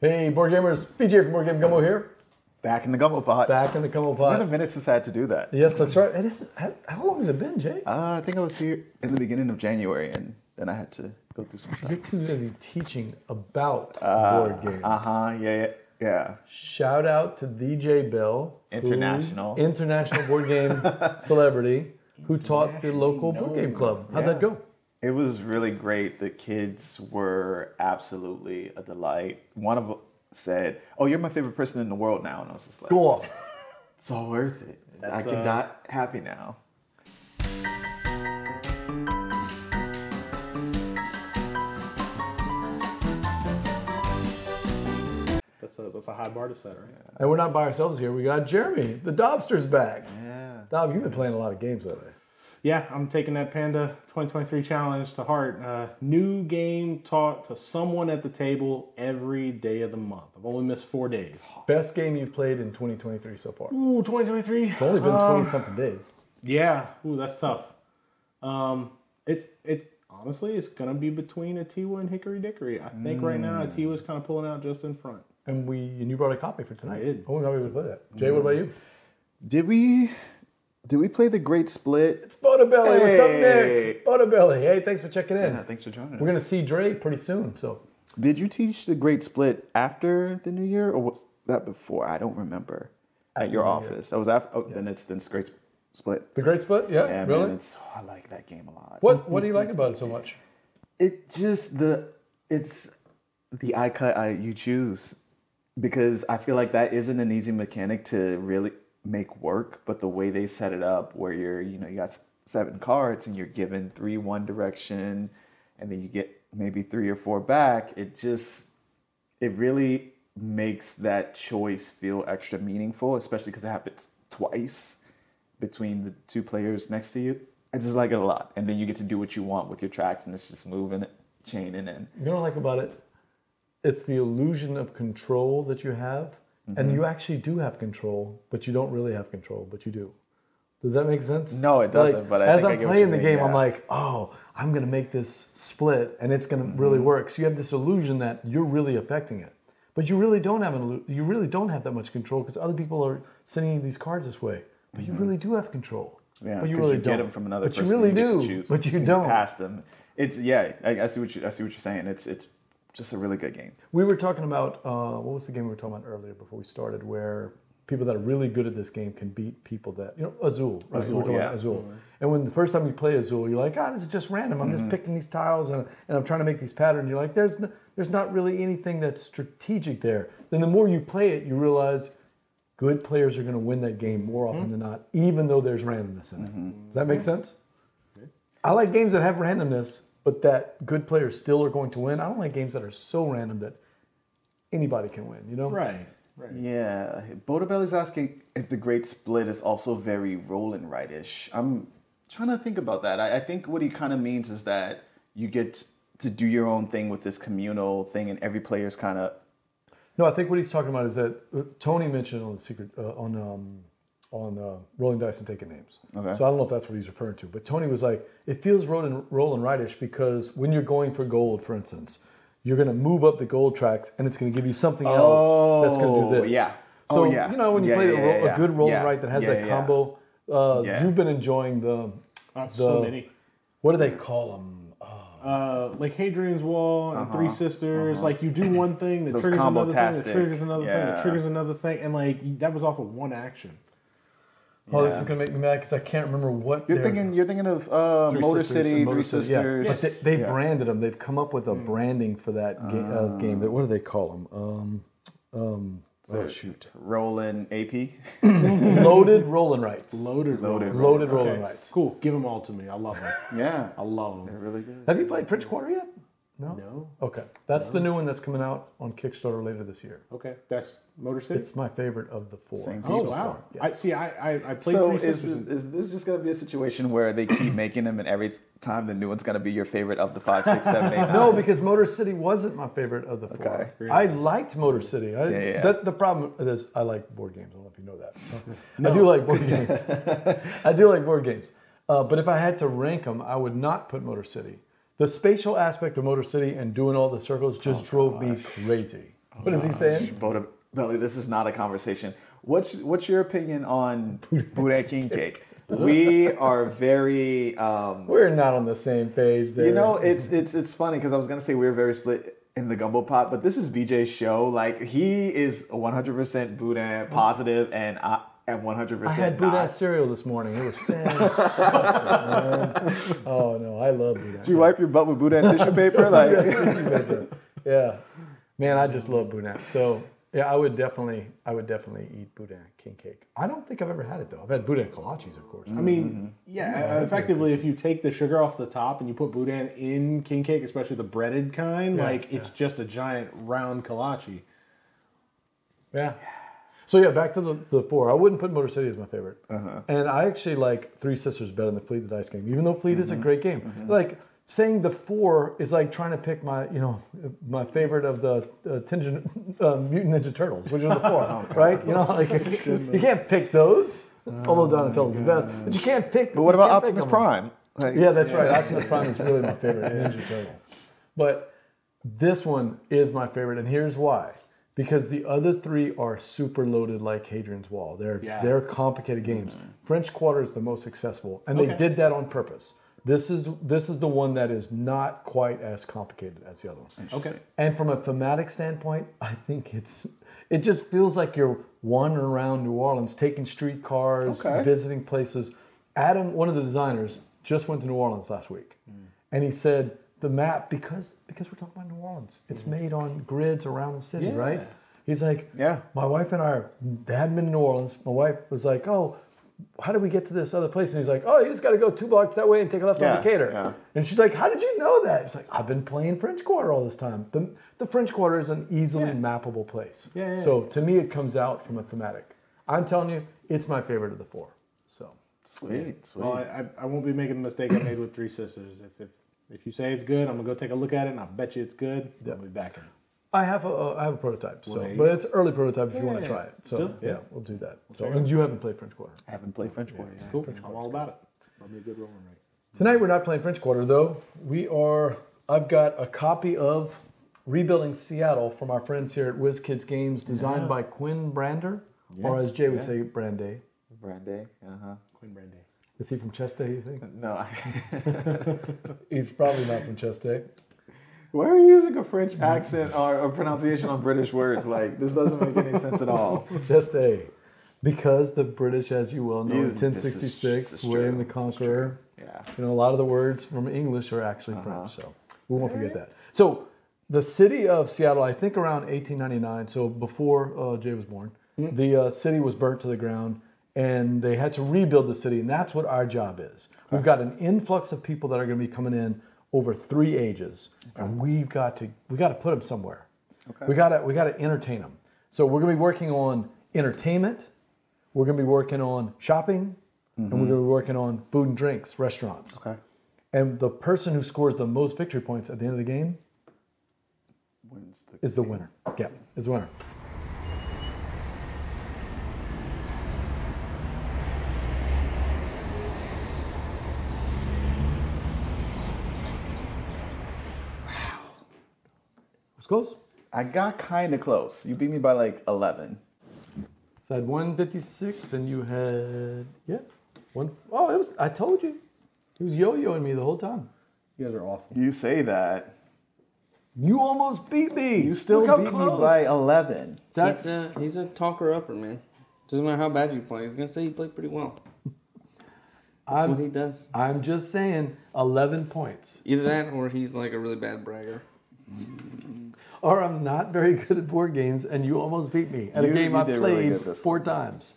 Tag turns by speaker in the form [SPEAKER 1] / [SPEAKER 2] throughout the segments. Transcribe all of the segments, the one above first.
[SPEAKER 1] Hey, board gamers, VJ from Board Game Gumbo here.
[SPEAKER 2] Back in the gumbo pot.
[SPEAKER 1] Back in the Gumbo
[SPEAKER 2] It's been a
[SPEAKER 1] Pot.
[SPEAKER 2] minute since I had to do that.
[SPEAKER 1] Yes, that's right. It is, how, how long has it been, Jay?
[SPEAKER 2] Uh, I think I was here in the beginning of January, and then I had to go through some stuff.
[SPEAKER 1] You're too busy teaching about board games.
[SPEAKER 2] Uh huh. Yeah, yeah. Yeah.
[SPEAKER 1] Shout out to DJ Bill, who-
[SPEAKER 2] International.
[SPEAKER 1] international board game celebrity, who taught the local board game club. How'd that
[SPEAKER 2] Yeah.
[SPEAKER 1] go?
[SPEAKER 2] It was really great. The kids were absolutely a delight. One of them said, "Oh, you're my favorite person in the world now," and I was just like,
[SPEAKER 1] Go on.
[SPEAKER 2] "It's all worth it. I
[SPEAKER 1] That's,
[SPEAKER 2] can
[SPEAKER 1] uh,
[SPEAKER 2] not happy now."
[SPEAKER 3] That's a that's a high bar to set, right?
[SPEAKER 1] And we're not by ourselves here. We got Jeremy, the Dobster's back.
[SPEAKER 2] Yeah.
[SPEAKER 1] Dob, you've been playing a lot of games lately.
[SPEAKER 3] Yeah, I'm taking that Panda 2023 challenge to heart. Uh, new game taught to someone at the table every day of the month. I've only missed four days.
[SPEAKER 1] Best game you've played in 2023 so far.
[SPEAKER 3] Ooh, 2023.
[SPEAKER 1] It's only been
[SPEAKER 2] Um,
[SPEAKER 1] 20 something days.
[SPEAKER 3] Yeah, ooh, that's tough. Um, it's it honestly, it's gonna be between Atiwa and Hickory Dickory. I think right now Atiwa's kind of pulling out just in front.
[SPEAKER 1] And we and you brought a copy for tonight.
[SPEAKER 3] I did.
[SPEAKER 1] I wouldn't know we would play that. Jay, what about you?
[SPEAKER 2] Did we? Did we play the Great Split?
[SPEAKER 1] It's Bonabelli. What's up,
[SPEAKER 2] Hey.
[SPEAKER 1] Nick? Bonabelli. Hey, thanks for checking in.
[SPEAKER 2] Yeah, thanks for joining
[SPEAKER 1] We're
[SPEAKER 2] us.
[SPEAKER 1] gonna see Dre pretty soon, so
[SPEAKER 2] Did you teach the Great Split after the New Year, or was that before? I don't remember. At
[SPEAKER 1] the New
[SPEAKER 2] your
[SPEAKER 1] Year.
[SPEAKER 2] office, I was after. Oh, then it's then it's Great Split.
[SPEAKER 1] the Great Split. Yeah,
[SPEAKER 2] Yeah,
[SPEAKER 1] really.
[SPEAKER 2] man, it's oh, I like that game a lot.
[SPEAKER 1] what What do you like about it so much?
[SPEAKER 2] It just the it's the eye cut I you choose because I feel like that isn't an easy mechanic to really make work, but the way they set it up, where you're you know you got s- seven cards and you're given three one direction, and then you get maybe three or four back, it just it really makes that choice feel extra meaningful, especially because it happens twice between the two players next to you. I just like it a lot. And then you get to do what you want with your tracks and it's just moving, chaining in.
[SPEAKER 1] You know what I like about it? It's the illusion of control that you have, and
[SPEAKER 2] Mm-hmm.
[SPEAKER 1] you actually do have control, but you don't really have control, but you do. Does that make sense?
[SPEAKER 2] No, it doesn't, but I
[SPEAKER 1] as
[SPEAKER 2] think I
[SPEAKER 1] I'm
[SPEAKER 2] get what
[SPEAKER 1] playing
[SPEAKER 2] you
[SPEAKER 1] the
[SPEAKER 2] mean,
[SPEAKER 1] game, I'm
[SPEAKER 2] yeah.
[SPEAKER 1] like, oh, I'm gonna make this split, and it's gonna
[SPEAKER 2] Mm-hmm.
[SPEAKER 1] really work. So you have this illusion that you're really affecting it, but you really don't have an illu- you really don't have that much control because other people are sending you these cards this way, but you really do have control.
[SPEAKER 2] Mm-hmm. Yeah,
[SPEAKER 1] but you
[SPEAKER 2] 'cause
[SPEAKER 1] really
[SPEAKER 2] get
[SPEAKER 1] don't.
[SPEAKER 2] them from another
[SPEAKER 1] but
[SPEAKER 2] person.
[SPEAKER 1] you really
[SPEAKER 2] get to
[SPEAKER 1] do,
[SPEAKER 2] choose
[SPEAKER 1] but you
[SPEAKER 2] and
[SPEAKER 1] don't.
[SPEAKER 2] pass them. It's yeah. I, I see what you I see what you're saying. It's it's just a really good game.
[SPEAKER 1] We were talking about uh, what was the game we were talking about earlier before we started, where people that are really good at this game can beat people that you know Azul. Right?
[SPEAKER 2] Azul,
[SPEAKER 1] we were talking about
[SPEAKER 2] yeah. Mm-hmm.
[SPEAKER 1] Azul. And when the first time you play Azul, you're like, ah, this is just random. I'm just picking these tiles and, and I'm trying to make these patterns. You're like, there's no, there's not really anything that's strategic there. Then the more you play it, you realize good players are going to win that game more
[SPEAKER 2] Mm-hmm.
[SPEAKER 1] often than not, even though there's randomness in it. Does that make sense? I like games that have randomness, but that good players still are going to win. I don't like games that are so random that anybody can win. You know,
[SPEAKER 3] Right, right.
[SPEAKER 2] Yeah. Bodabel is asking if the Great Split is also very roll and write-ish. I'm trying to think about that. I, I think what he kind of means is that you get to do your own thing with this communal thing and every player's kind of
[SPEAKER 1] No, I think what he's talking about is that uh, Tony mentioned on the secret uh, on um, on uh, rolling dice and taking names.
[SPEAKER 2] Okay.
[SPEAKER 1] So I don't know if that's what he's referring to, but Tony was like, it feels roll and roll and rightish because when you're going for gold, for instance, you're going to move up the gold tracks, and it's going to give you something else that's going to do
[SPEAKER 2] Oh,
[SPEAKER 1] this.
[SPEAKER 2] yeah.
[SPEAKER 1] So
[SPEAKER 2] Oh, yeah.
[SPEAKER 1] you know when you
[SPEAKER 2] Yeah,
[SPEAKER 1] play
[SPEAKER 2] yeah,
[SPEAKER 1] a, roll,
[SPEAKER 2] yeah, yeah.
[SPEAKER 1] a good roll
[SPEAKER 2] Yeah.
[SPEAKER 1] and right that has
[SPEAKER 2] Yeah,
[SPEAKER 1] that
[SPEAKER 2] yeah.
[SPEAKER 1] combo, uh,
[SPEAKER 2] Yeah.
[SPEAKER 1] you've been enjoying the
[SPEAKER 3] Uh,
[SPEAKER 1] The-
[SPEAKER 3] so many.
[SPEAKER 1] what do they call them?
[SPEAKER 3] Uh, like Hadrian's Wall and Three Sisters. Like you do one thing that
[SPEAKER 2] Uh-huh. Those
[SPEAKER 3] triggers
[SPEAKER 2] combo
[SPEAKER 3] another
[SPEAKER 2] tastic.
[SPEAKER 3] thing, that triggers another thing,
[SPEAKER 2] Yeah.
[SPEAKER 3] that triggers another thing, and like that was off of one action.
[SPEAKER 1] Oh, this is gonna make me mad because I can't remember what
[SPEAKER 2] You're
[SPEAKER 1] they're-
[SPEAKER 2] thinking. You're thinking of uh,
[SPEAKER 1] Three
[SPEAKER 2] Motor
[SPEAKER 1] Sisters
[SPEAKER 2] City,
[SPEAKER 1] and Motor
[SPEAKER 2] Three
[SPEAKER 1] City,
[SPEAKER 2] Sisters.
[SPEAKER 1] yeah. But they, they
[SPEAKER 2] Yeah.
[SPEAKER 1] branded them. They've come up with
[SPEAKER 3] Hmm.
[SPEAKER 1] a branding for that ga- uh, game. That- What do they call them? Um, um, oh, shoot.
[SPEAKER 2] Roland AP.
[SPEAKER 1] Loaded rolling rights.
[SPEAKER 3] Loaded,
[SPEAKER 2] Loaded
[SPEAKER 3] roll.
[SPEAKER 1] Loaded rolling rights.
[SPEAKER 3] Cool. Give them all to me. I love them.
[SPEAKER 2] yeah,
[SPEAKER 3] I love
[SPEAKER 2] they're
[SPEAKER 3] them.
[SPEAKER 2] really good.
[SPEAKER 1] Have you played French Quarter yet? No.
[SPEAKER 3] No.
[SPEAKER 1] Okay, that's the new one that's coming out on Kickstarter later this year.
[SPEAKER 3] Okay. That's Motor City.
[SPEAKER 1] It's my favorite of the four.
[SPEAKER 2] Same
[SPEAKER 3] oh
[SPEAKER 2] so
[SPEAKER 3] wow.
[SPEAKER 1] far,
[SPEAKER 3] I see. I I, I played
[SPEAKER 2] So
[SPEAKER 3] Three
[SPEAKER 2] is
[SPEAKER 3] Sisters.
[SPEAKER 2] this, is this just gonna be a situation where they keep making them, and every time the new one's gonna be your favorite of the five, six, seven, eight, nine?
[SPEAKER 1] No, because Motor City wasn't my favorite of the four.
[SPEAKER 2] Okay.
[SPEAKER 1] I liked Motor City. I,
[SPEAKER 2] Yeah, yeah.
[SPEAKER 1] That, the problem is I like board games. I don't know if you know that. I do like board games. I do like board games. Uh, but if I had to rank them, I would not put
[SPEAKER 2] Oh,
[SPEAKER 1] Motor City. The spatial aspect of Motor City and doing all the circles just drove me crazy. What is he saying?
[SPEAKER 2] Boda Belly, this is not a conversation. What's what's your opinion on Budakin cake? We are very um,
[SPEAKER 1] We're not on the same page there.
[SPEAKER 2] you know, it's it's it's funny because I was gonna say we were very split in the gumbo pot, but this is BJ's show. Like he is 100% Buddha positive, and I am 100%
[SPEAKER 1] I had
[SPEAKER 2] not.
[SPEAKER 1] Buddha cereal this morning. It was fantastic. man. Oh no, I love Buddha.
[SPEAKER 2] Do you wipe your butt with Buddha tissue paper? Like
[SPEAKER 1] Yeah, man, I just love Buddha. So yeah, I would definitely, I would definitely eat Buddha king cake. I don't think I've ever had it though. I've had Buddha kolaches, of course.
[SPEAKER 3] I
[SPEAKER 2] Mm-hmm.
[SPEAKER 3] mean, yeah, e, effectively, if you take the sugar off the top and you put boudin in king cake, especially the breaded kind, like it's just a giant round kolache.
[SPEAKER 1] Yeah. So yeah, back to the, the four. I wouldn't put Motor City as my favorite,
[SPEAKER 2] Uh-huh.
[SPEAKER 1] and I actually like Three Sisters better than Fleet the Dice Game, even though Fleet is
[SPEAKER 2] Mm-hmm.
[SPEAKER 1] a great game. Like saying the four is like trying to pick my you know my favorite of the uh, Tingen, uh, Mutant Ninja Turtles, which are the four,
[SPEAKER 2] Oh,
[SPEAKER 1] right? You know, like you can't pick those. Although Donatello is the best, but you can't pick.
[SPEAKER 2] Oh, But what about
[SPEAKER 1] you can't pick
[SPEAKER 2] Optimus
[SPEAKER 1] them.
[SPEAKER 2] Prime? Like,
[SPEAKER 1] Yeah, that's right. Optimus Prime is really my favorite Ninja Turtle. But this one is my favorite, and here's why. Because the other three are super loaded like Hadrian's Wall. They're
[SPEAKER 3] Yeah. Mm-hmm.
[SPEAKER 1] they're complicated games. French Quarter is the most accessible, and they
[SPEAKER 3] Okay.
[SPEAKER 1] did that on purpose. This is this is the one that is not quite as complicated as the other ones.
[SPEAKER 3] Okay.
[SPEAKER 1] And from a thematic standpoint, I think it's it just feels like you're wandering around New Orleans, taking streetcars,
[SPEAKER 2] Okay.
[SPEAKER 1] visiting places. Adam, one of the designers, just went to New Orleans last week, and he said the map because because we're talking about New Orleans, it's made on grids around the city, right?
[SPEAKER 3] Yeah.
[SPEAKER 1] He's like,
[SPEAKER 2] Yeah.
[SPEAKER 1] My wife and I are- they hadn't been to New Orleans. My wife was like, oh. How did we get to this other place? And he's like, "Oh, you just got to go two blocks that way and take a left on
[SPEAKER 2] Yeah,
[SPEAKER 1] Decatur."
[SPEAKER 2] yeah.
[SPEAKER 1] And she's like, "How did you know that?" She's like, "I've been playing French Quarter all this time." The, the French Quarter is an easily mappable place.
[SPEAKER 3] Yeah, yeah,
[SPEAKER 1] so to me, it comes out from a thematic. I'm telling you, it's my favorite of the four. So
[SPEAKER 2] Sweet, sweet.
[SPEAKER 3] Well, I, Oh, I, I won't be making the mistake I made with Three Sisters. If, if if you say it's good, I'm gonna go take a look at it, and I bet you it's good. I'll be back in.
[SPEAKER 1] I have a uh, I have a prototype. So,
[SPEAKER 3] there you
[SPEAKER 1] but it's early prototype if you want
[SPEAKER 3] yeah,
[SPEAKER 1] to try it. So
[SPEAKER 3] still,
[SPEAKER 1] yeah, we'll do that. So and you haven't played French Quarter.
[SPEAKER 2] I haven't played French Quarter. yet.
[SPEAKER 3] Cool. I'm all about it. That'll be a good rolling rate.
[SPEAKER 1] Tonight we're not playing French Quarter though. We are. I've got a copy of Rebuilding Seattle from our friends here at Whiz Kids Games, designed by Quinn Brander, or as Jay would say, Brande.
[SPEAKER 2] Brandy, uh-huh.
[SPEAKER 3] Quinn Brandy.
[SPEAKER 1] Is he from Cheste? You think?
[SPEAKER 2] No, I-
[SPEAKER 1] He's probably not from Cheste.
[SPEAKER 2] why are you using a French accent or a pronunciation on British words? Like this doesn't make any sense at all.
[SPEAKER 1] Cheste, because the British, as you well know, in
[SPEAKER 2] Yes, this is-
[SPEAKER 1] 1066,
[SPEAKER 2] this is
[SPEAKER 1] William
[SPEAKER 2] true,
[SPEAKER 1] the
[SPEAKER 2] this is
[SPEAKER 1] Conqueror.
[SPEAKER 2] Yeah.
[SPEAKER 1] You know, a lot of the words from English are actually French, so we won't forget that. So, the city of Seattle, I think around 1899, so before uh, Jay was born, the uh, city was burnt to the ground and they had to rebuild the city, and that's what our job is. We've got an influx of people that are going to be coming in over three ages, and we've got to we got to put them somewhere. We gotta we gotta entertain them. So we're gonna be working on entertainment. We're gonna be working on shopping, and we're gonna be working on food and drinks, restaurants.
[SPEAKER 2] Mm-hmm. Okay.
[SPEAKER 1] And the person who scores the most victory points at the end of the game
[SPEAKER 2] When's the-
[SPEAKER 1] is the winner. Yeah, is the winner. Let's close.
[SPEAKER 2] I got kind of close. You beat me by like 11.
[SPEAKER 1] So I had 156, and you had yeah, one oh it was. I told you, he was yo-yoing me the whole time.
[SPEAKER 3] You guys are awful.
[SPEAKER 2] You say that.
[SPEAKER 1] You almost beat me.
[SPEAKER 2] You still
[SPEAKER 1] Look how
[SPEAKER 2] beat
[SPEAKER 1] close.
[SPEAKER 2] me by 11.
[SPEAKER 1] That's
[SPEAKER 4] he's a, he's a talker upper, man. Doesn't matter how bad you play, he's gonna say you play pretty well. That's what he does.
[SPEAKER 1] I'm just saying, 11 points.
[SPEAKER 4] Either that or he's like a really bad bragger.
[SPEAKER 1] Or I'm not very good at board games, and you almost beat me at a
[SPEAKER 2] You-
[SPEAKER 1] game
[SPEAKER 2] you
[SPEAKER 1] I
[SPEAKER 2] did really
[SPEAKER 1] played
[SPEAKER 2] good this
[SPEAKER 1] four times.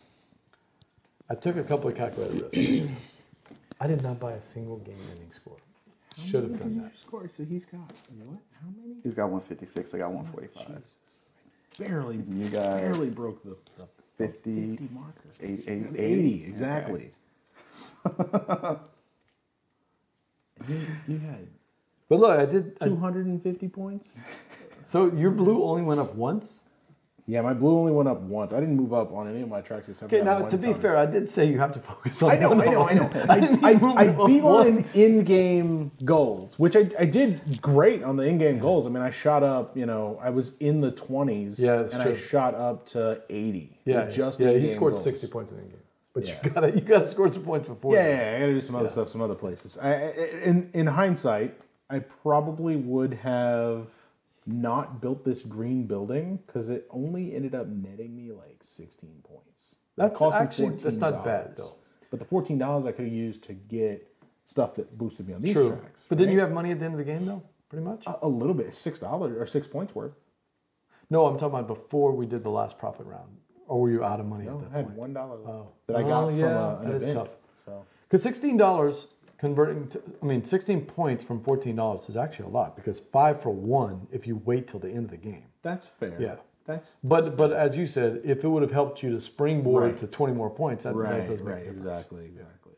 [SPEAKER 1] I took a couple of calculated risks. I did not buy a single game ending score. Should have done that.
[SPEAKER 3] Score. So he's got you know what? How many?
[SPEAKER 2] He's got 156. I got 145.
[SPEAKER 3] Barely.
[SPEAKER 2] You got
[SPEAKER 3] barely broke the, the
[SPEAKER 2] 50,
[SPEAKER 3] 50 marker.
[SPEAKER 2] 8,
[SPEAKER 3] An
[SPEAKER 2] 8,
[SPEAKER 3] 80,
[SPEAKER 2] 80.
[SPEAKER 3] exactly. you, you had
[SPEAKER 1] But look, I did. I-
[SPEAKER 3] 250 points?
[SPEAKER 1] so your blue only went up once?
[SPEAKER 3] Yeah, my blue only went up once. I didn't move up on any of my tracks except
[SPEAKER 1] Okay,
[SPEAKER 3] for that
[SPEAKER 1] now
[SPEAKER 3] one
[SPEAKER 1] to be
[SPEAKER 3] time.
[SPEAKER 1] fair, I did say you have to focus on.
[SPEAKER 2] I know,
[SPEAKER 1] one
[SPEAKER 2] I know,
[SPEAKER 1] ball.
[SPEAKER 2] I know.
[SPEAKER 1] I didn't
[SPEAKER 3] I,
[SPEAKER 1] move
[SPEAKER 3] I
[SPEAKER 1] it up
[SPEAKER 3] beat on
[SPEAKER 1] once.
[SPEAKER 3] in-game goals, which I, I did great on the in-game goals. I mean, I shot up, you know, I was in the 20s,
[SPEAKER 1] Yeah, that's
[SPEAKER 3] and I
[SPEAKER 1] true.
[SPEAKER 3] shot up to 80. with
[SPEAKER 1] Yeah,
[SPEAKER 3] just
[SPEAKER 1] yeah. He
[SPEAKER 3] in-game
[SPEAKER 1] scored
[SPEAKER 3] goals.
[SPEAKER 1] sixty points in the game, but
[SPEAKER 3] Yeah.
[SPEAKER 1] you got to you got to score some points before.
[SPEAKER 3] Yeah,
[SPEAKER 1] that.
[SPEAKER 3] yeah, yeah, I got to do some other stuff, some other places. I, I, in in hindsight, I probably would have not built this green building because it only ended up netting me like 16 points. It
[SPEAKER 1] That's
[SPEAKER 3] cost me
[SPEAKER 1] actually- that's not bad,
[SPEAKER 3] $14.
[SPEAKER 1] though.
[SPEAKER 3] But the $14 I could have used to get stuff that boosted me on these
[SPEAKER 1] True.
[SPEAKER 3] tracks.
[SPEAKER 1] But didn't you have money at the end of the game though? Pretty much.
[SPEAKER 3] a, a little bit, six dollars or six points worth.
[SPEAKER 1] No, I'm talking about before we did the last profit round. Or were you out of money at that
[SPEAKER 3] I had
[SPEAKER 1] point?
[SPEAKER 3] one dollar that I got
[SPEAKER 1] Well,
[SPEAKER 3] from
[SPEAKER 1] yeah,
[SPEAKER 3] uh, an
[SPEAKER 1] that is
[SPEAKER 3] event.
[SPEAKER 1] tough.
[SPEAKER 3] So
[SPEAKER 1] Because sixteen dollars converting to I mean sixteen points from fourteen dollars is actually a lot because five for one if you wait till the end of the game.
[SPEAKER 3] that's fair.
[SPEAKER 1] Yeah.
[SPEAKER 3] that's
[SPEAKER 1] But but as you said, if it would have helped you to springboard
[SPEAKER 3] Right.
[SPEAKER 1] to twenty more points, that,
[SPEAKER 3] Right,
[SPEAKER 1] that does make a
[SPEAKER 3] right,
[SPEAKER 1] difference.
[SPEAKER 3] exactly, exactly.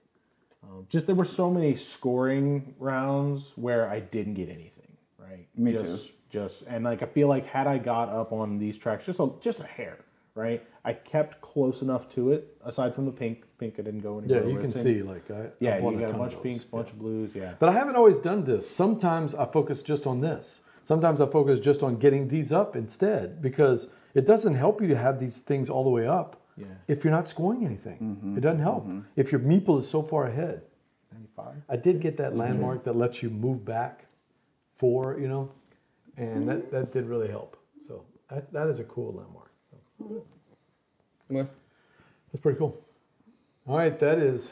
[SPEAKER 3] Um, just there were so many scoring rounds where I didn't get anything. Right.
[SPEAKER 2] Me
[SPEAKER 3] just, too. Just and like I feel like had I got up on these tracks just a just a hair, right? I kept close enough to it. Aside from the pink, pink I didn't go anywhere.
[SPEAKER 1] Yeah, you
[SPEAKER 3] where
[SPEAKER 1] can
[SPEAKER 3] it's in-
[SPEAKER 1] see like I,
[SPEAKER 3] Yeah,
[SPEAKER 1] I bought
[SPEAKER 3] you
[SPEAKER 1] a
[SPEAKER 3] got a
[SPEAKER 1] ton
[SPEAKER 3] bunch
[SPEAKER 1] of
[SPEAKER 3] of
[SPEAKER 1] those.
[SPEAKER 3] pinks, bunch of blues. Yeah.
[SPEAKER 1] But I haven't always done this. Sometimes I focus just on this. Sometimes I focus just on getting these up instead because it doesn't help you to have these things all the way up if you're not scoring anything.
[SPEAKER 3] Mm-hmm,
[SPEAKER 1] It doesn't help. If your meeple is so far ahead.
[SPEAKER 3] Ninety-five.
[SPEAKER 1] I did get that landmark that lets you move back four, you know, and
[SPEAKER 3] Mm-hmm.
[SPEAKER 1] that, that did really help. So that, that is a cool landmark.
[SPEAKER 4] Well,
[SPEAKER 1] That's pretty cool. All right, that is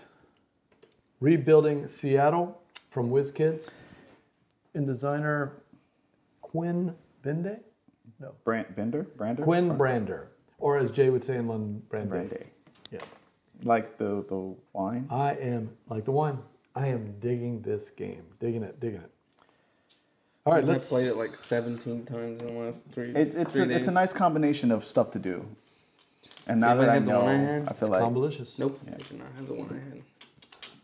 [SPEAKER 1] Rebuilding Seattle from WizKids and designer Quinn Bende? No.
[SPEAKER 2] Brand Bender, Brander,
[SPEAKER 1] Quinn Brander, or as Jay would say in London, Brander.
[SPEAKER 2] Brandy,
[SPEAKER 1] Yeah. Uh,
[SPEAKER 2] like the the wine.
[SPEAKER 1] I am, like the wine, I am digging this game. Digging it, digging it. All right,
[SPEAKER 4] I
[SPEAKER 1] let's.
[SPEAKER 4] played it like 17 times in the last three.
[SPEAKER 2] It's it's
[SPEAKER 4] three
[SPEAKER 2] a, it's a
[SPEAKER 4] days.
[SPEAKER 2] nice combination of stuff to do. And now
[SPEAKER 4] Anybody
[SPEAKER 2] that I
[SPEAKER 4] have the
[SPEAKER 2] know,
[SPEAKER 4] one I
[SPEAKER 2] I,
[SPEAKER 4] had?
[SPEAKER 2] feel like
[SPEAKER 1] Combalicious.
[SPEAKER 4] Nope, I did not have the one I had.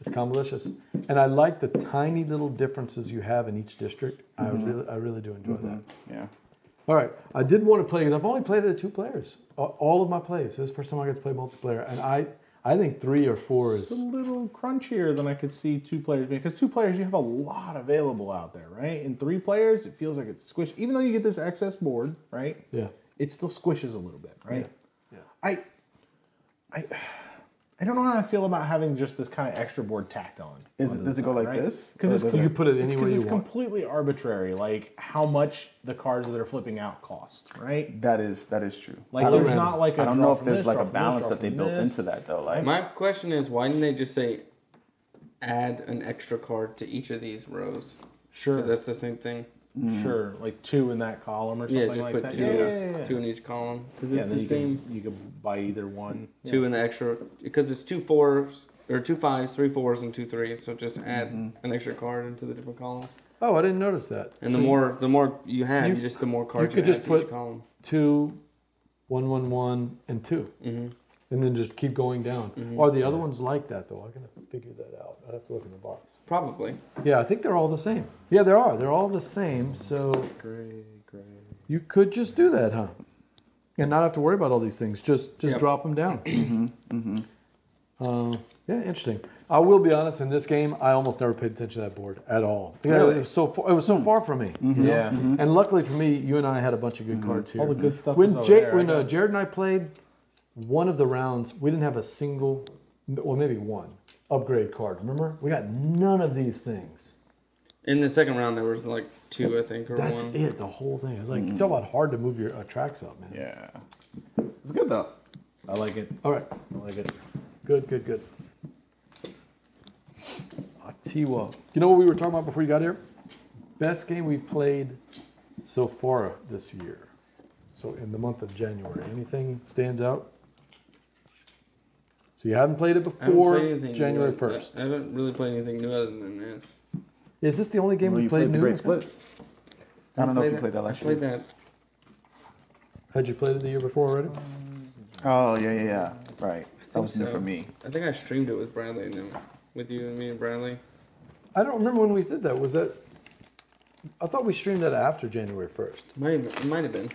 [SPEAKER 1] It's combalicious, and I like the tiny little differences you have in each district. I really, I really do enjoy that.
[SPEAKER 2] yeah.
[SPEAKER 1] All right, I did want to play because I've only played it at two players. A- All of my plays. This is the first time I get to play multiplayer, and I, I think three or four
[SPEAKER 3] It's a
[SPEAKER 1] is.
[SPEAKER 3] little crunchier than I could see two players being because two players you have a lot available out there, right? And three players, it feels like it's squished. Even though you get this excess board, right?
[SPEAKER 1] Yeah.
[SPEAKER 3] It still squishes a little bit, right?
[SPEAKER 1] Yeah. Yeah.
[SPEAKER 3] I, I, I don't know how I feel about having just this kind of extra board tacked on.
[SPEAKER 2] Is it-
[SPEAKER 3] onto the
[SPEAKER 2] does it go
[SPEAKER 3] side,
[SPEAKER 2] like this?
[SPEAKER 3] Because
[SPEAKER 2] Or
[SPEAKER 3] it's
[SPEAKER 2] does
[SPEAKER 1] You
[SPEAKER 2] it-
[SPEAKER 1] can put it
[SPEAKER 3] it's
[SPEAKER 1] anywhere
[SPEAKER 3] 'cause
[SPEAKER 1] you
[SPEAKER 3] it's
[SPEAKER 1] want.
[SPEAKER 3] completely arbitrary, like how much the cards that are flipping out cost, right?
[SPEAKER 2] That is that is true.
[SPEAKER 3] Like
[SPEAKER 1] Totally
[SPEAKER 3] there's
[SPEAKER 1] random.
[SPEAKER 3] not like I
[SPEAKER 2] I don't know if there's like a balance that they built into that though. Like
[SPEAKER 4] My question is why didn't they just say add an extra card to each of these rows?
[SPEAKER 3] Sure,
[SPEAKER 4] Because that's the same thing.
[SPEAKER 2] Mm-hmm.
[SPEAKER 3] Sure, like two in that column or something
[SPEAKER 4] Yeah, just
[SPEAKER 3] like
[SPEAKER 4] put
[SPEAKER 3] that.
[SPEAKER 4] two,
[SPEAKER 3] yeah, yeah, yeah, yeah.
[SPEAKER 4] two in each column. Because
[SPEAKER 3] Yeah,
[SPEAKER 4] it's
[SPEAKER 3] then
[SPEAKER 4] the
[SPEAKER 3] you
[SPEAKER 4] same.
[SPEAKER 3] Can, you can buy either one.
[SPEAKER 4] Two in the extra. Because it's two fours, or two fives, three fours, and two threes. So just add
[SPEAKER 2] Mm-hmm.
[SPEAKER 4] an extra card into the different column.
[SPEAKER 1] Oh, I didn't notice that.
[SPEAKER 4] And the more the more you have,
[SPEAKER 1] you-
[SPEAKER 4] you, just the more cards
[SPEAKER 1] you
[SPEAKER 4] you,
[SPEAKER 1] could
[SPEAKER 4] add
[SPEAKER 1] just
[SPEAKER 4] to each
[SPEAKER 1] put-
[SPEAKER 4] column.
[SPEAKER 1] two, one, one, one, and 2
[SPEAKER 4] Mm-hmm.
[SPEAKER 1] and then just keep going down. Are the other ones like that though? I gotta figure that out. I have to look in the box.
[SPEAKER 4] Probably.
[SPEAKER 1] Yeah, I think they're all the same. Yeah, they are. They're all the same. So
[SPEAKER 3] Gray, gray.
[SPEAKER 1] You could just do that, huh? And not have to worry about all these things. Just just
[SPEAKER 4] Yep.
[SPEAKER 1] drop them down. Uh, yeah, interesting. I will be honest. In this game, I almost never paid attention to that board at all. Yeah,
[SPEAKER 2] Really?
[SPEAKER 1] it was so far, it was so far from me. you know?
[SPEAKER 3] Mm-hmm. Yeah.
[SPEAKER 1] And luckily for me, you and I had a bunch of good cards here.
[SPEAKER 3] All the good stuff was
[SPEAKER 1] When
[SPEAKER 3] over
[SPEAKER 1] Jake,
[SPEAKER 3] there, I
[SPEAKER 1] when uh,
[SPEAKER 3] got-
[SPEAKER 1] Jared and I played one of the rounds, we didn't have a single, well, maybe one upgrade card. Remember, we got none of these things.
[SPEAKER 4] In the second round, there was like two, I think, or
[SPEAKER 1] That's
[SPEAKER 4] one.
[SPEAKER 1] it. The whole thing. It's like it's all about hard to move your uh, tracks up, man.
[SPEAKER 2] yeah, it's good though.
[SPEAKER 3] I like it.
[SPEAKER 1] All right.
[SPEAKER 3] I like it.
[SPEAKER 1] Good, good, good. Atiwa. You know what we were talking about before you got here? Best game we've played so far this year. So in the month of January. Anything stands out? So you haven't played it
[SPEAKER 4] I haven't
[SPEAKER 1] before
[SPEAKER 4] played anything new.
[SPEAKER 1] January
[SPEAKER 4] I- I
[SPEAKER 1] 1st.
[SPEAKER 4] haven't really played anything new other than this.
[SPEAKER 1] Is this the only game
[SPEAKER 2] Well,
[SPEAKER 1] we
[SPEAKER 2] you
[SPEAKER 1] played
[SPEAKER 2] played the
[SPEAKER 1] new?
[SPEAKER 2] Great Split. I don't know if you
[SPEAKER 4] it-
[SPEAKER 2] played that
[SPEAKER 4] I
[SPEAKER 2] last
[SPEAKER 4] played
[SPEAKER 2] year.
[SPEAKER 4] that.
[SPEAKER 1] Had you played it the year before already?
[SPEAKER 2] Oh yeah, yeah, yeah. Right. That was new
[SPEAKER 4] so.
[SPEAKER 2] for me.
[SPEAKER 4] I think I streamed it with Bradley and them, with you and me and Bradley.
[SPEAKER 1] I don't remember when we did that. Was that I thought we streamed that after January 1st.
[SPEAKER 4] Might have, it might have been.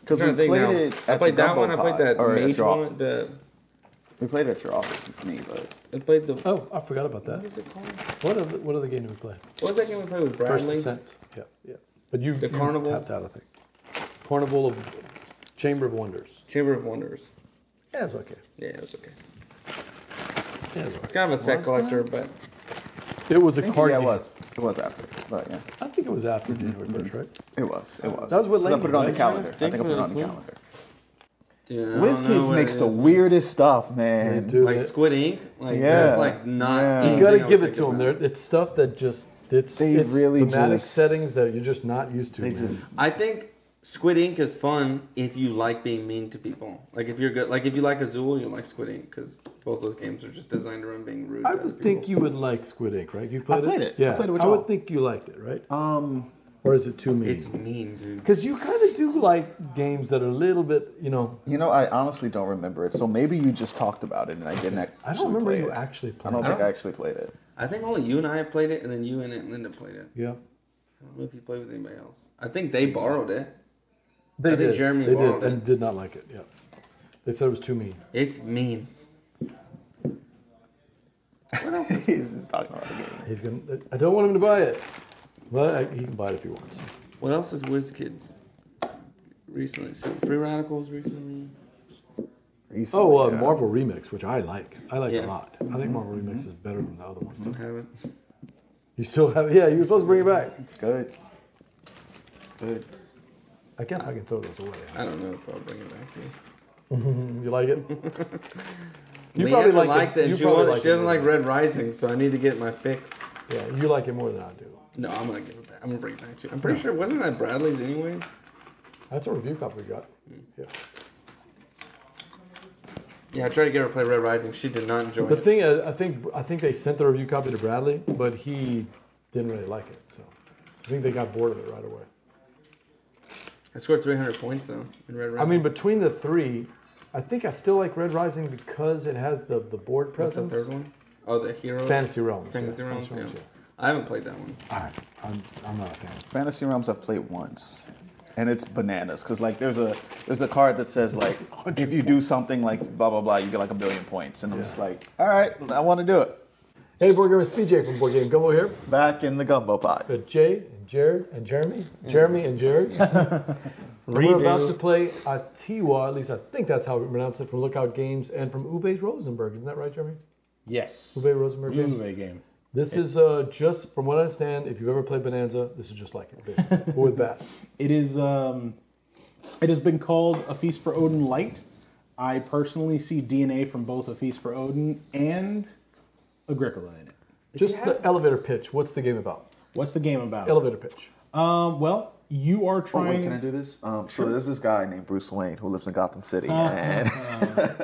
[SPEAKER 2] Because we
[SPEAKER 4] trying to think
[SPEAKER 2] played
[SPEAKER 4] now.
[SPEAKER 2] it
[SPEAKER 4] I
[SPEAKER 2] at
[SPEAKER 4] played
[SPEAKER 2] the
[SPEAKER 4] that one. I
[SPEAKER 2] Gumbo
[SPEAKER 4] played
[SPEAKER 2] Pod,
[SPEAKER 4] that
[SPEAKER 2] or at
[SPEAKER 4] mage
[SPEAKER 2] your
[SPEAKER 4] one. The,
[SPEAKER 2] office. We played at your office with me, but
[SPEAKER 4] I played the.
[SPEAKER 1] Oh, I forgot about that.
[SPEAKER 4] What is it called?
[SPEAKER 1] What other, what other game did we play?
[SPEAKER 4] What was that game we played with
[SPEAKER 1] First
[SPEAKER 4] Bradley?
[SPEAKER 1] Ascent. Yeah, yeah. But you,
[SPEAKER 4] The
[SPEAKER 1] you
[SPEAKER 4] Carnival?
[SPEAKER 1] tapped out, I think. Carnival of Chamber of Wonders.
[SPEAKER 4] Chamber of Wonders.
[SPEAKER 1] Yeah, it was okay.
[SPEAKER 4] Yeah, it was okay.
[SPEAKER 1] Yeah, it was all right.
[SPEAKER 4] Kind of a set
[SPEAKER 2] Was
[SPEAKER 4] collector, but
[SPEAKER 1] It was a
[SPEAKER 2] I think-
[SPEAKER 1] card
[SPEAKER 2] yeah, it
[SPEAKER 1] game.
[SPEAKER 2] was. It was after, but yeah,
[SPEAKER 1] I think it was after January 1st, right?
[SPEAKER 2] it was. It was.
[SPEAKER 1] That was what
[SPEAKER 2] 'Cause I
[SPEAKER 1] Lane
[SPEAKER 2] put it on the
[SPEAKER 1] did,
[SPEAKER 2] calendar. I
[SPEAKER 4] think
[SPEAKER 2] think I put
[SPEAKER 4] it
[SPEAKER 2] it on the
[SPEAKER 4] was.
[SPEAKER 2] calendar.
[SPEAKER 4] dude, I don't know
[SPEAKER 2] WizKids
[SPEAKER 4] what
[SPEAKER 2] makes
[SPEAKER 4] it
[SPEAKER 2] the
[SPEAKER 4] is.
[SPEAKER 2] weirdest stuff, man.
[SPEAKER 1] They do.
[SPEAKER 4] like
[SPEAKER 1] it.
[SPEAKER 4] Squid Ink. Like
[SPEAKER 2] Yeah.
[SPEAKER 4] that's like
[SPEAKER 2] Yeah.
[SPEAKER 4] not.
[SPEAKER 2] You
[SPEAKER 1] You
[SPEAKER 4] anything
[SPEAKER 1] got to
[SPEAKER 4] I would
[SPEAKER 1] give it
[SPEAKER 4] think
[SPEAKER 1] to them.
[SPEAKER 4] about.
[SPEAKER 1] They're, it's stuff that just it's
[SPEAKER 2] They
[SPEAKER 1] it's
[SPEAKER 2] really
[SPEAKER 1] thematic
[SPEAKER 2] just-
[SPEAKER 1] settings that you're just not used to.
[SPEAKER 2] They
[SPEAKER 1] man.
[SPEAKER 2] just
[SPEAKER 4] I think Squid Ink is fun if you like being mean to people. Like if you're good, like if you like Azul, you'll like Squid Ink because both those games are just designed around being rude.
[SPEAKER 1] I
[SPEAKER 4] to other
[SPEAKER 1] would think
[SPEAKER 4] people.
[SPEAKER 1] you would like Squid Ink, right? You played,
[SPEAKER 2] played it. I
[SPEAKER 1] Yeah,
[SPEAKER 2] played it with
[SPEAKER 1] I
[SPEAKER 2] y'all.
[SPEAKER 1] would think you liked it, right?
[SPEAKER 2] um.
[SPEAKER 1] Or is it too mean?
[SPEAKER 4] It's mean, dude.
[SPEAKER 1] Because you kind of do like games that are a little bit, you know.
[SPEAKER 2] You know, I honestly don't remember it. So maybe you just talked about it, and I didn't actually.
[SPEAKER 1] I don't remember
[SPEAKER 2] play
[SPEAKER 1] you
[SPEAKER 2] it.
[SPEAKER 1] actually
[SPEAKER 2] I
[SPEAKER 1] playing.
[SPEAKER 2] don't
[SPEAKER 1] it.
[SPEAKER 2] think I actually played it.
[SPEAKER 4] I think only you and I have played it, and then you and Aunt Linda played it.
[SPEAKER 1] Yeah,
[SPEAKER 4] I don't know if you played with anybody else. I think they borrowed it.
[SPEAKER 1] they
[SPEAKER 4] I
[SPEAKER 1] did.
[SPEAKER 4] think Jeremy
[SPEAKER 1] they did,
[SPEAKER 4] borrowed
[SPEAKER 1] and
[SPEAKER 4] it.
[SPEAKER 1] did not like it. Yeah, they said it was too mean.
[SPEAKER 4] It's mean. What else? Is,
[SPEAKER 2] He's just talking about the game.
[SPEAKER 1] He's gonna. I don't want him to buy it, but I, he can buy it if he wants.
[SPEAKER 4] what else is WizKids recently? So Free Radicals recently.
[SPEAKER 2] Recently,
[SPEAKER 1] Oh, uh,
[SPEAKER 2] yeah.
[SPEAKER 1] Marvel Remix, which I like. I like
[SPEAKER 4] Yeah. Mm-hmm.
[SPEAKER 1] a lot. I think Marvel Remix is better than the other ones.
[SPEAKER 4] Don't have it.
[SPEAKER 1] You still have? Yeah, you were supposed to bring it back.
[SPEAKER 2] It's good. It's good.
[SPEAKER 1] I guess I can throw those away.
[SPEAKER 4] I don't know if I'll bring it back to you.
[SPEAKER 1] You like it?
[SPEAKER 4] You
[SPEAKER 1] probably like it.
[SPEAKER 4] likes it.
[SPEAKER 1] You
[SPEAKER 4] she,
[SPEAKER 1] probably
[SPEAKER 4] wants-
[SPEAKER 1] like
[SPEAKER 4] she
[SPEAKER 1] it
[SPEAKER 4] doesn't
[SPEAKER 1] more
[SPEAKER 4] like Red Rising, so I need to get my fix.
[SPEAKER 1] Yeah, you like it more than I do.
[SPEAKER 4] No, I'm gonna give it back. I'm gonna bring it back to you. I'm pretty sure wasn't that Bradley's anyways.
[SPEAKER 1] That's a review copy we got. Yeah.
[SPEAKER 4] Yeah, I tried to get her to play Red Rising. She did not enjoy
[SPEAKER 1] The
[SPEAKER 4] it.
[SPEAKER 1] thing is, I think I think they sent the review copy to Bradley, but he didn't really like it. So I think they got bored of it right away.
[SPEAKER 4] I scored 300 points though in Red Rising.
[SPEAKER 1] I mean, between the three, I think I still like Red Rising because it has the, the board
[SPEAKER 4] what's the
[SPEAKER 1] presence.
[SPEAKER 4] third one? Oh, the Hero.
[SPEAKER 1] Fantasy Realms.
[SPEAKER 4] Fantasy
[SPEAKER 1] yeah.
[SPEAKER 4] Realms. Yeah. I haven't played that one.
[SPEAKER 1] All right, I'm, I'm not a fan.
[SPEAKER 2] Fantasy Realms I've played once, and it's bananas. Cause like there's a there's a card that says like if you do something like blah blah blah, you get like a billion points, and I'm just like, all right, I want to do it.
[SPEAKER 1] Hey, board gamers, PJ from Board Game Gumbo here.
[SPEAKER 2] Back in the gumbo pot.
[SPEAKER 1] Got Jay and Jared and Jeremy, Jeremy and Jared. And We're about to play Atiwa, at least I think that's how we pronounce it, from Lookout Games and from Uwe Rosenberg. Isn't that right, Jeremy?
[SPEAKER 3] Yes.
[SPEAKER 1] Uwe Rosenberg. game?
[SPEAKER 3] Uwe game.
[SPEAKER 1] This is uh, just, from what I understand, if you've ever played Bonanza, this is just like it, basically, but with bats.
[SPEAKER 3] It is. Um, it has been called a feast for Odin light. I personally see DNA from both a feast for Odin and Agricola in it.
[SPEAKER 1] Just the elevator pitch. What's the game about?
[SPEAKER 3] What's the game about?
[SPEAKER 1] Elevator pitch.
[SPEAKER 3] Um, well, you are
[SPEAKER 2] Oh, wait,
[SPEAKER 3] trying.
[SPEAKER 2] can I do this? Um, So there's this guy named Bruce Wayne who lives in Gotham City,
[SPEAKER 4] Uh-huh.
[SPEAKER 2] and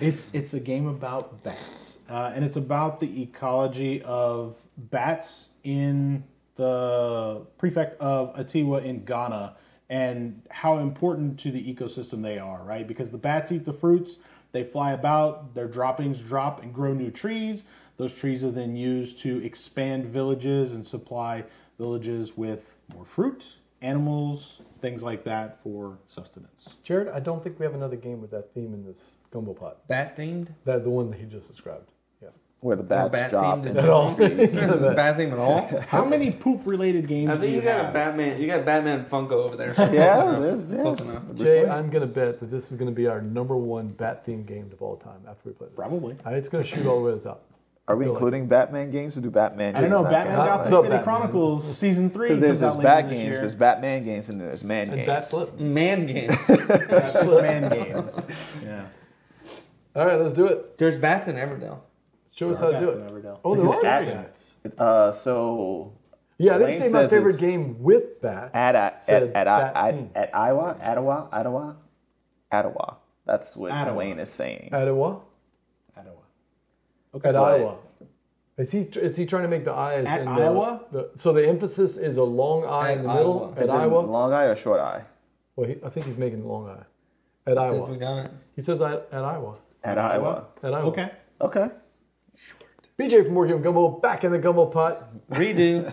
[SPEAKER 3] It's it's a game about bats, uh, and it's about the ecology of bats in the prefect of Atiwa in Ghana, and how important to the ecosystem they are. Right, because the bats eat the fruits, they fly about, their droppings drop and grow new trees. Those trees are then used to expand villages and supply villages with more fruit, animals, things like that for sustenance.
[SPEAKER 1] Jared, I don't think we have another game with that theme in this gumbo pot.
[SPEAKER 4] Bat themed?
[SPEAKER 1] That the one that he just described. Yeah.
[SPEAKER 2] where the bats
[SPEAKER 4] bat
[SPEAKER 2] drop
[SPEAKER 4] themed
[SPEAKER 2] and
[SPEAKER 4] at all.
[SPEAKER 2] trees.
[SPEAKER 4] bat themed at all?
[SPEAKER 3] How many poop related games
[SPEAKER 4] I
[SPEAKER 3] do
[SPEAKER 4] think
[SPEAKER 3] you,
[SPEAKER 4] you got a
[SPEAKER 3] have?
[SPEAKER 4] Batman. You got Batman Funko over there. So
[SPEAKER 2] yeah,
[SPEAKER 4] close enough.
[SPEAKER 2] that's yeah.
[SPEAKER 4] Close enough.
[SPEAKER 2] Bruce
[SPEAKER 1] Jay,
[SPEAKER 2] Wayne.
[SPEAKER 1] I'm gonna bet that this is gonna be our number one bat themed game of all time after we play this.
[SPEAKER 3] Probably.
[SPEAKER 1] Uh, it's gonna shoot all the way to the top.
[SPEAKER 2] Are we including Batman games? Or do Batman?
[SPEAKER 3] I don't know.
[SPEAKER 2] not
[SPEAKER 3] Batman
[SPEAKER 1] Gotham
[SPEAKER 2] count?
[SPEAKER 3] Gotham
[SPEAKER 1] the
[SPEAKER 3] City
[SPEAKER 1] Batman.
[SPEAKER 3] Chronicles season three.
[SPEAKER 2] Because there's
[SPEAKER 3] comes
[SPEAKER 2] there's
[SPEAKER 3] out
[SPEAKER 2] bat
[SPEAKER 3] later this
[SPEAKER 2] games,
[SPEAKER 3] year.
[SPEAKER 2] there's Batman games, and there's man
[SPEAKER 1] And
[SPEAKER 2] games.
[SPEAKER 1] bat flip.
[SPEAKER 4] Man games.
[SPEAKER 3] That's just man games. Yeah.
[SPEAKER 1] All right, let's do it.
[SPEAKER 4] There's bats in Everdale.
[SPEAKER 1] Show us how to do
[SPEAKER 3] Bats in
[SPEAKER 1] it.
[SPEAKER 3] Everdale.
[SPEAKER 1] Oh,
[SPEAKER 3] This
[SPEAKER 1] there
[SPEAKER 3] is
[SPEAKER 1] are
[SPEAKER 2] cat
[SPEAKER 1] bats.
[SPEAKER 2] Uh, so
[SPEAKER 1] Yeah, I didn't
[SPEAKER 2] Lane
[SPEAKER 1] say my
[SPEAKER 2] says
[SPEAKER 1] favorite
[SPEAKER 2] it's-
[SPEAKER 1] game with bats.
[SPEAKER 2] at at
[SPEAKER 1] said
[SPEAKER 2] at at
[SPEAKER 1] bat hmm.
[SPEAKER 2] at
[SPEAKER 1] themed.
[SPEAKER 2] at Iowa, Ottawa, Ottawa, Ottawa. That's what
[SPEAKER 3] Ottawa.
[SPEAKER 2] Wayne is saying.
[SPEAKER 1] Ottawa.
[SPEAKER 3] Ottawa.
[SPEAKER 1] At
[SPEAKER 2] Right.
[SPEAKER 1] Iowa. Is he is he trying to make the eyes
[SPEAKER 3] At
[SPEAKER 1] in the,
[SPEAKER 3] Iowa?
[SPEAKER 1] the- so the emphasis is a long eye
[SPEAKER 4] At
[SPEAKER 1] in the middle
[SPEAKER 4] Iowa.
[SPEAKER 1] at
[SPEAKER 2] Is it
[SPEAKER 1] Iowa.
[SPEAKER 2] long eye or short eye?
[SPEAKER 1] well, he, I think he's making the long eye at
[SPEAKER 4] Since
[SPEAKER 1] Iowa.
[SPEAKER 4] we got it.
[SPEAKER 1] he says I, at Iowa.
[SPEAKER 2] At Iowa.
[SPEAKER 1] At Iowa.
[SPEAKER 3] Okay.
[SPEAKER 2] Okay.
[SPEAKER 1] BJ from Working Gumbo back in the gumbo pot.
[SPEAKER 4] Redo.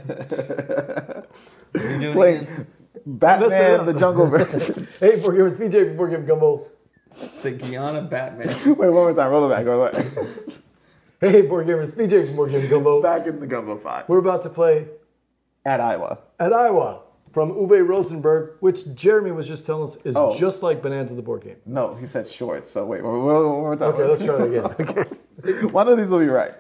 [SPEAKER 4] Redo it
[SPEAKER 2] Play
[SPEAKER 4] again.
[SPEAKER 2] Batman, the jungle version.
[SPEAKER 1] Hey, before give it's PJ before give gumbo.
[SPEAKER 4] The Guyana Batman.
[SPEAKER 2] Wait, one more time. Roll it back. Roll it back.
[SPEAKER 1] Hey, board gamers, PJ from Board Game Gumbo.
[SPEAKER 2] back in the gumbo pot.
[SPEAKER 1] We're about to play
[SPEAKER 2] At Iowa.
[SPEAKER 1] at Iowa from Uwe Rosenberg, which Jeremy was just telling us is
[SPEAKER 2] Oh.
[SPEAKER 1] just like Bonanza the board game.
[SPEAKER 2] No, he said short. So wait, one, one one more time.
[SPEAKER 1] Okay, let's try it again.
[SPEAKER 2] One of these will be right.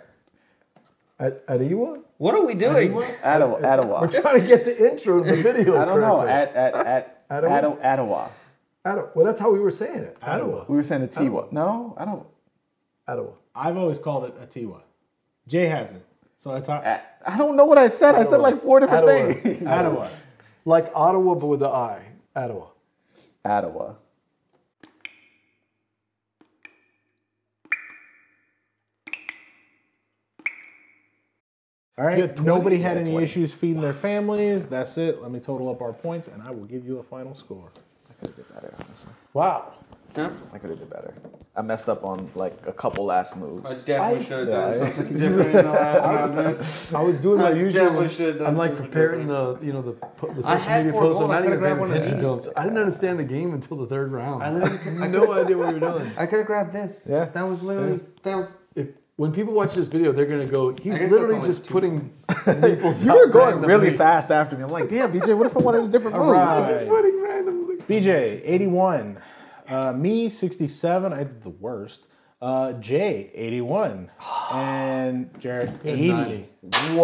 [SPEAKER 1] At, at Iowa?
[SPEAKER 4] What are we doing?
[SPEAKER 2] Attawa. Attawa.
[SPEAKER 1] We're trying to get the intro to the video.
[SPEAKER 2] I don't know.
[SPEAKER 1] correctly.
[SPEAKER 2] At at at
[SPEAKER 1] Attawa?
[SPEAKER 2] Attawa. Attawa.
[SPEAKER 1] Attawa. Well, that's how we were saying it. Ottawa.
[SPEAKER 2] We were saying the T one. No, I don't.
[SPEAKER 1] Ottawa.
[SPEAKER 3] I've always called it a Tiwa. Jay hasn't. So it's not
[SPEAKER 2] I I don't know what I said. I said
[SPEAKER 1] Attawa.
[SPEAKER 2] like four different
[SPEAKER 1] Attawa.
[SPEAKER 2] things.
[SPEAKER 3] Ottawa.
[SPEAKER 1] Like Ottawa, but with the I. Ottawa.
[SPEAKER 2] Attawa.
[SPEAKER 3] All right.
[SPEAKER 1] You had 20?
[SPEAKER 3] Nobody had
[SPEAKER 2] Yeah,
[SPEAKER 3] any
[SPEAKER 2] 20.
[SPEAKER 3] issues feeding their families. That's it. Let me total up our points, and I will give you a final score.
[SPEAKER 2] I could have did better, honestly.
[SPEAKER 1] Wow.
[SPEAKER 4] Huh?
[SPEAKER 2] I could have did better. I messed up on like a couple last
[SPEAKER 4] I
[SPEAKER 2] moves.
[SPEAKER 4] definitely
[SPEAKER 1] I-
[SPEAKER 4] should have
[SPEAKER 2] Yeah,
[SPEAKER 4] done
[SPEAKER 2] I-
[SPEAKER 4] something different in the last round.
[SPEAKER 1] I was doing my
[SPEAKER 4] I
[SPEAKER 1] usual.
[SPEAKER 4] definitely should've done
[SPEAKER 1] I'm like
[SPEAKER 4] something
[SPEAKER 1] preparing the you know the, po- the social
[SPEAKER 4] had
[SPEAKER 1] media
[SPEAKER 4] four
[SPEAKER 1] posts. I'm
[SPEAKER 4] gold. I
[SPEAKER 1] not even paying
[SPEAKER 4] could've grabbed one of
[SPEAKER 1] attention to
[SPEAKER 4] these.
[SPEAKER 1] them. I didn't understand the game until the third round.
[SPEAKER 4] I
[SPEAKER 1] I
[SPEAKER 4] literally-
[SPEAKER 1] had no idea what we were doing.
[SPEAKER 4] I could have grabbed this.
[SPEAKER 2] Yeah.
[SPEAKER 4] That was literally. That was.
[SPEAKER 1] If, when people watch this video, they're gonna go.
[SPEAKER 4] guess
[SPEAKER 1] He's
[SPEAKER 4] that's
[SPEAKER 1] literally
[SPEAKER 4] only
[SPEAKER 1] just
[SPEAKER 4] two
[SPEAKER 1] putting nipples.
[SPEAKER 2] You
[SPEAKER 1] out
[SPEAKER 2] were going
[SPEAKER 1] randomly.
[SPEAKER 2] really fast after me. I'm like, damn, BJ, what if I wanted a different move?
[SPEAKER 3] Alright.
[SPEAKER 1] Just putting randomly.
[SPEAKER 3] BJ, 81. Uh, me, 67. I did the worst. Uh, Jay, 81. And Jared, 80.
[SPEAKER 1] 90.
[SPEAKER 2] Wow.
[SPEAKER 3] So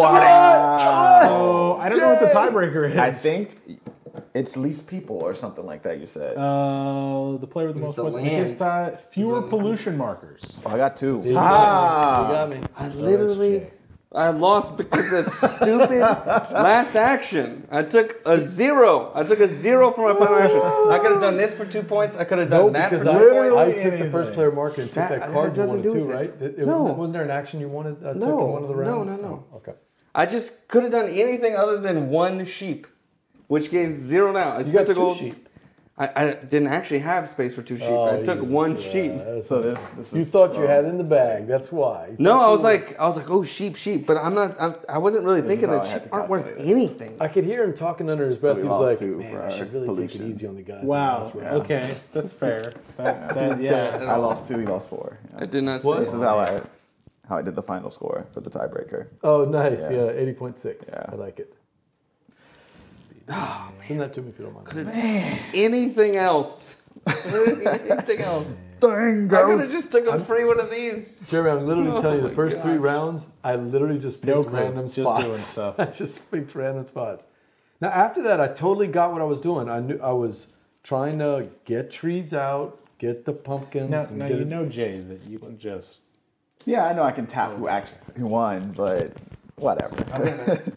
[SPEAKER 3] Oh, I don't know what the tiebreaker is.
[SPEAKER 2] I think it's least people or something like that. You said.
[SPEAKER 3] Uh, the player with the most
[SPEAKER 4] the
[SPEAKER 3] points
[SPEAKER 4] land.
[SPEAKER 3] against that. Fewer pollution markers.
[SPEAKER 2] oh, I got two.
[SPEAKER 4] Ah.
[SPEAKER 1] You got me.
[SPEAKER 4] I literally. I lost because of stupid last action. I took a zero. I took a zero for my final action. I could have done this for two points. I could have done
[SPEAKER 1] No,
[SPEAKER 4] that for
[SPEAKER 1] because
[SPEAKER 4] two
[SPEAKER 1] I,
[SPEAKER 4] points.
[SPEAKER 1] I took the
[SPEAKER 3] anything.
[SPEAKER 1] first player market and took
[SPEAKER 4] That-
[SPEAKER 1] that,
[SPEAKER 4] that
[SPEAKER 1] card
[SPEAKER 4] has
[SPEAKER 1] you
[SPEAKER 4] nothing
[SPEAKER 1] wanted
[SPEAKER 4] to do
[SPEAKER 1] too,
[SPEAKER 4] with it.
[SPEAKER 1] right? It, it
[SPEAKER 4] No.
[SPEAKER 1] was, wasn't there an action you wanted? I took
[SPEAKER 4] No.
[SPEAKER 1] in one of the
[SPEAKER 4] No,
[SPEAKER 1] rounds.
[SPEAKER 4] no, no.
[SPEAKER 1] Oh, okay.
[SPEAKER 4] I just could have done anything other than one sheep, which gave zero now. I you
[SPEAKER 1] got two sheep.
[SPEAKER 4] I, I didn't actually have space for two sheep. I took
[SPEAKER 1] you-
[SPEAKER 4] one
[SPEAKER 1] yeah,
[SPEAKER 4] sheep.
[SPEAKER 1] that's-
[SPEAKER 2] So this, this
[SPEAKER 1] You
[SPEAKER 2] is
[SPEAKER 1] thought you had it in the bag. That's why. You
[SPEAKER 4] No,
[SPEAKER 1] thought
[SPEAKER 4] I
[SPEAKER 1] you
[SPEAKER 4] was
[SPEAKER 1] were-
[SPEAKER 4] like, I was like, oh, sheep, sheep. But I'm not. I'm, I wasn't really thinking
[SPEAKER 2] how
[SPEAKER 4] that
[SPEAKER 2] I had
[SPEAKER 4] sheep
[SPEAKER 2] to
[SPEAKER 4] aren't worth
[SPEAKER 2] calculate it.
[SPEAKER 4] anything.
[SPEAKER 1] I could hear him talking under his breath.
[SPEAKER 2] we
[SPEAKER 1] he
[SPEAKER 2] lost
[SPEAKER 1] was like,
[SPEAKER 2] two for
[SPEAKER 1] "Man, I
[SPEAKER 2] our
[SPEAKER 1] should really
[SPEAKER 2] pollution."
[SPEAKER 1] take it easy on the guys." in the
[SPEAKER 3] Wow.
[SPEAKER 1] last round."
[SPEAKER 3] Okay. That's fair. That, that,
[SPEAKER 2] Yeah,
[SPEAKER 3] yeah.
[SPEAKER 2] I lost two. He lost four. Yeah.
[SPEAKER 4] I did not.
[SPEAKER 1] What?
[SPEAKER 2] This is how I how I did the final score for the tiebreaker.
[SPEAKER 1] Oh, nice. Yeah, eighty point six.
[SPEAKER 2] Yeah.
[SPEAKER 1] I like it. Ah, Send that to me if you don't mind.
[SPEAKER 4] Anything else? anything else?
[SPEAKER 2] Dang,
[SPEAKER 4] I could have just took a free one of these.
[SPEAKER 1] Jeremy, I'm literally
[SPEAKER 4] Oh
[SPEAKER 1] telling you,
[SPEAKER 4] my
[SPEAKER 1] the first three
[SPEAKER 4] gosh.
[SPEAKER 1] rounds, I literally just picked
[SPEAKER 3] No clue.
[SPEAKER 1] random
[SPEAKER 3] Just
[SPEAKER 1] spots.
[SPEAKER 3] doing stuff.
[SPEAKER 1] I just picked random spots. Now after that, I totally got what I was doing. I knew I was trying to get trees out, get the pumpkins,
[SPEAKER 3] Now,
[SPEAKER 1] and
[SPEAKER 3] now
[SPEAKER 1] get
[SPEAKER 3] you
[SPEAKER 1] it-
[SPEAKER 3] know, Jay, that you can just
[SPEAKER 2] Yeah, I know I can tap who actually who won, but whatever.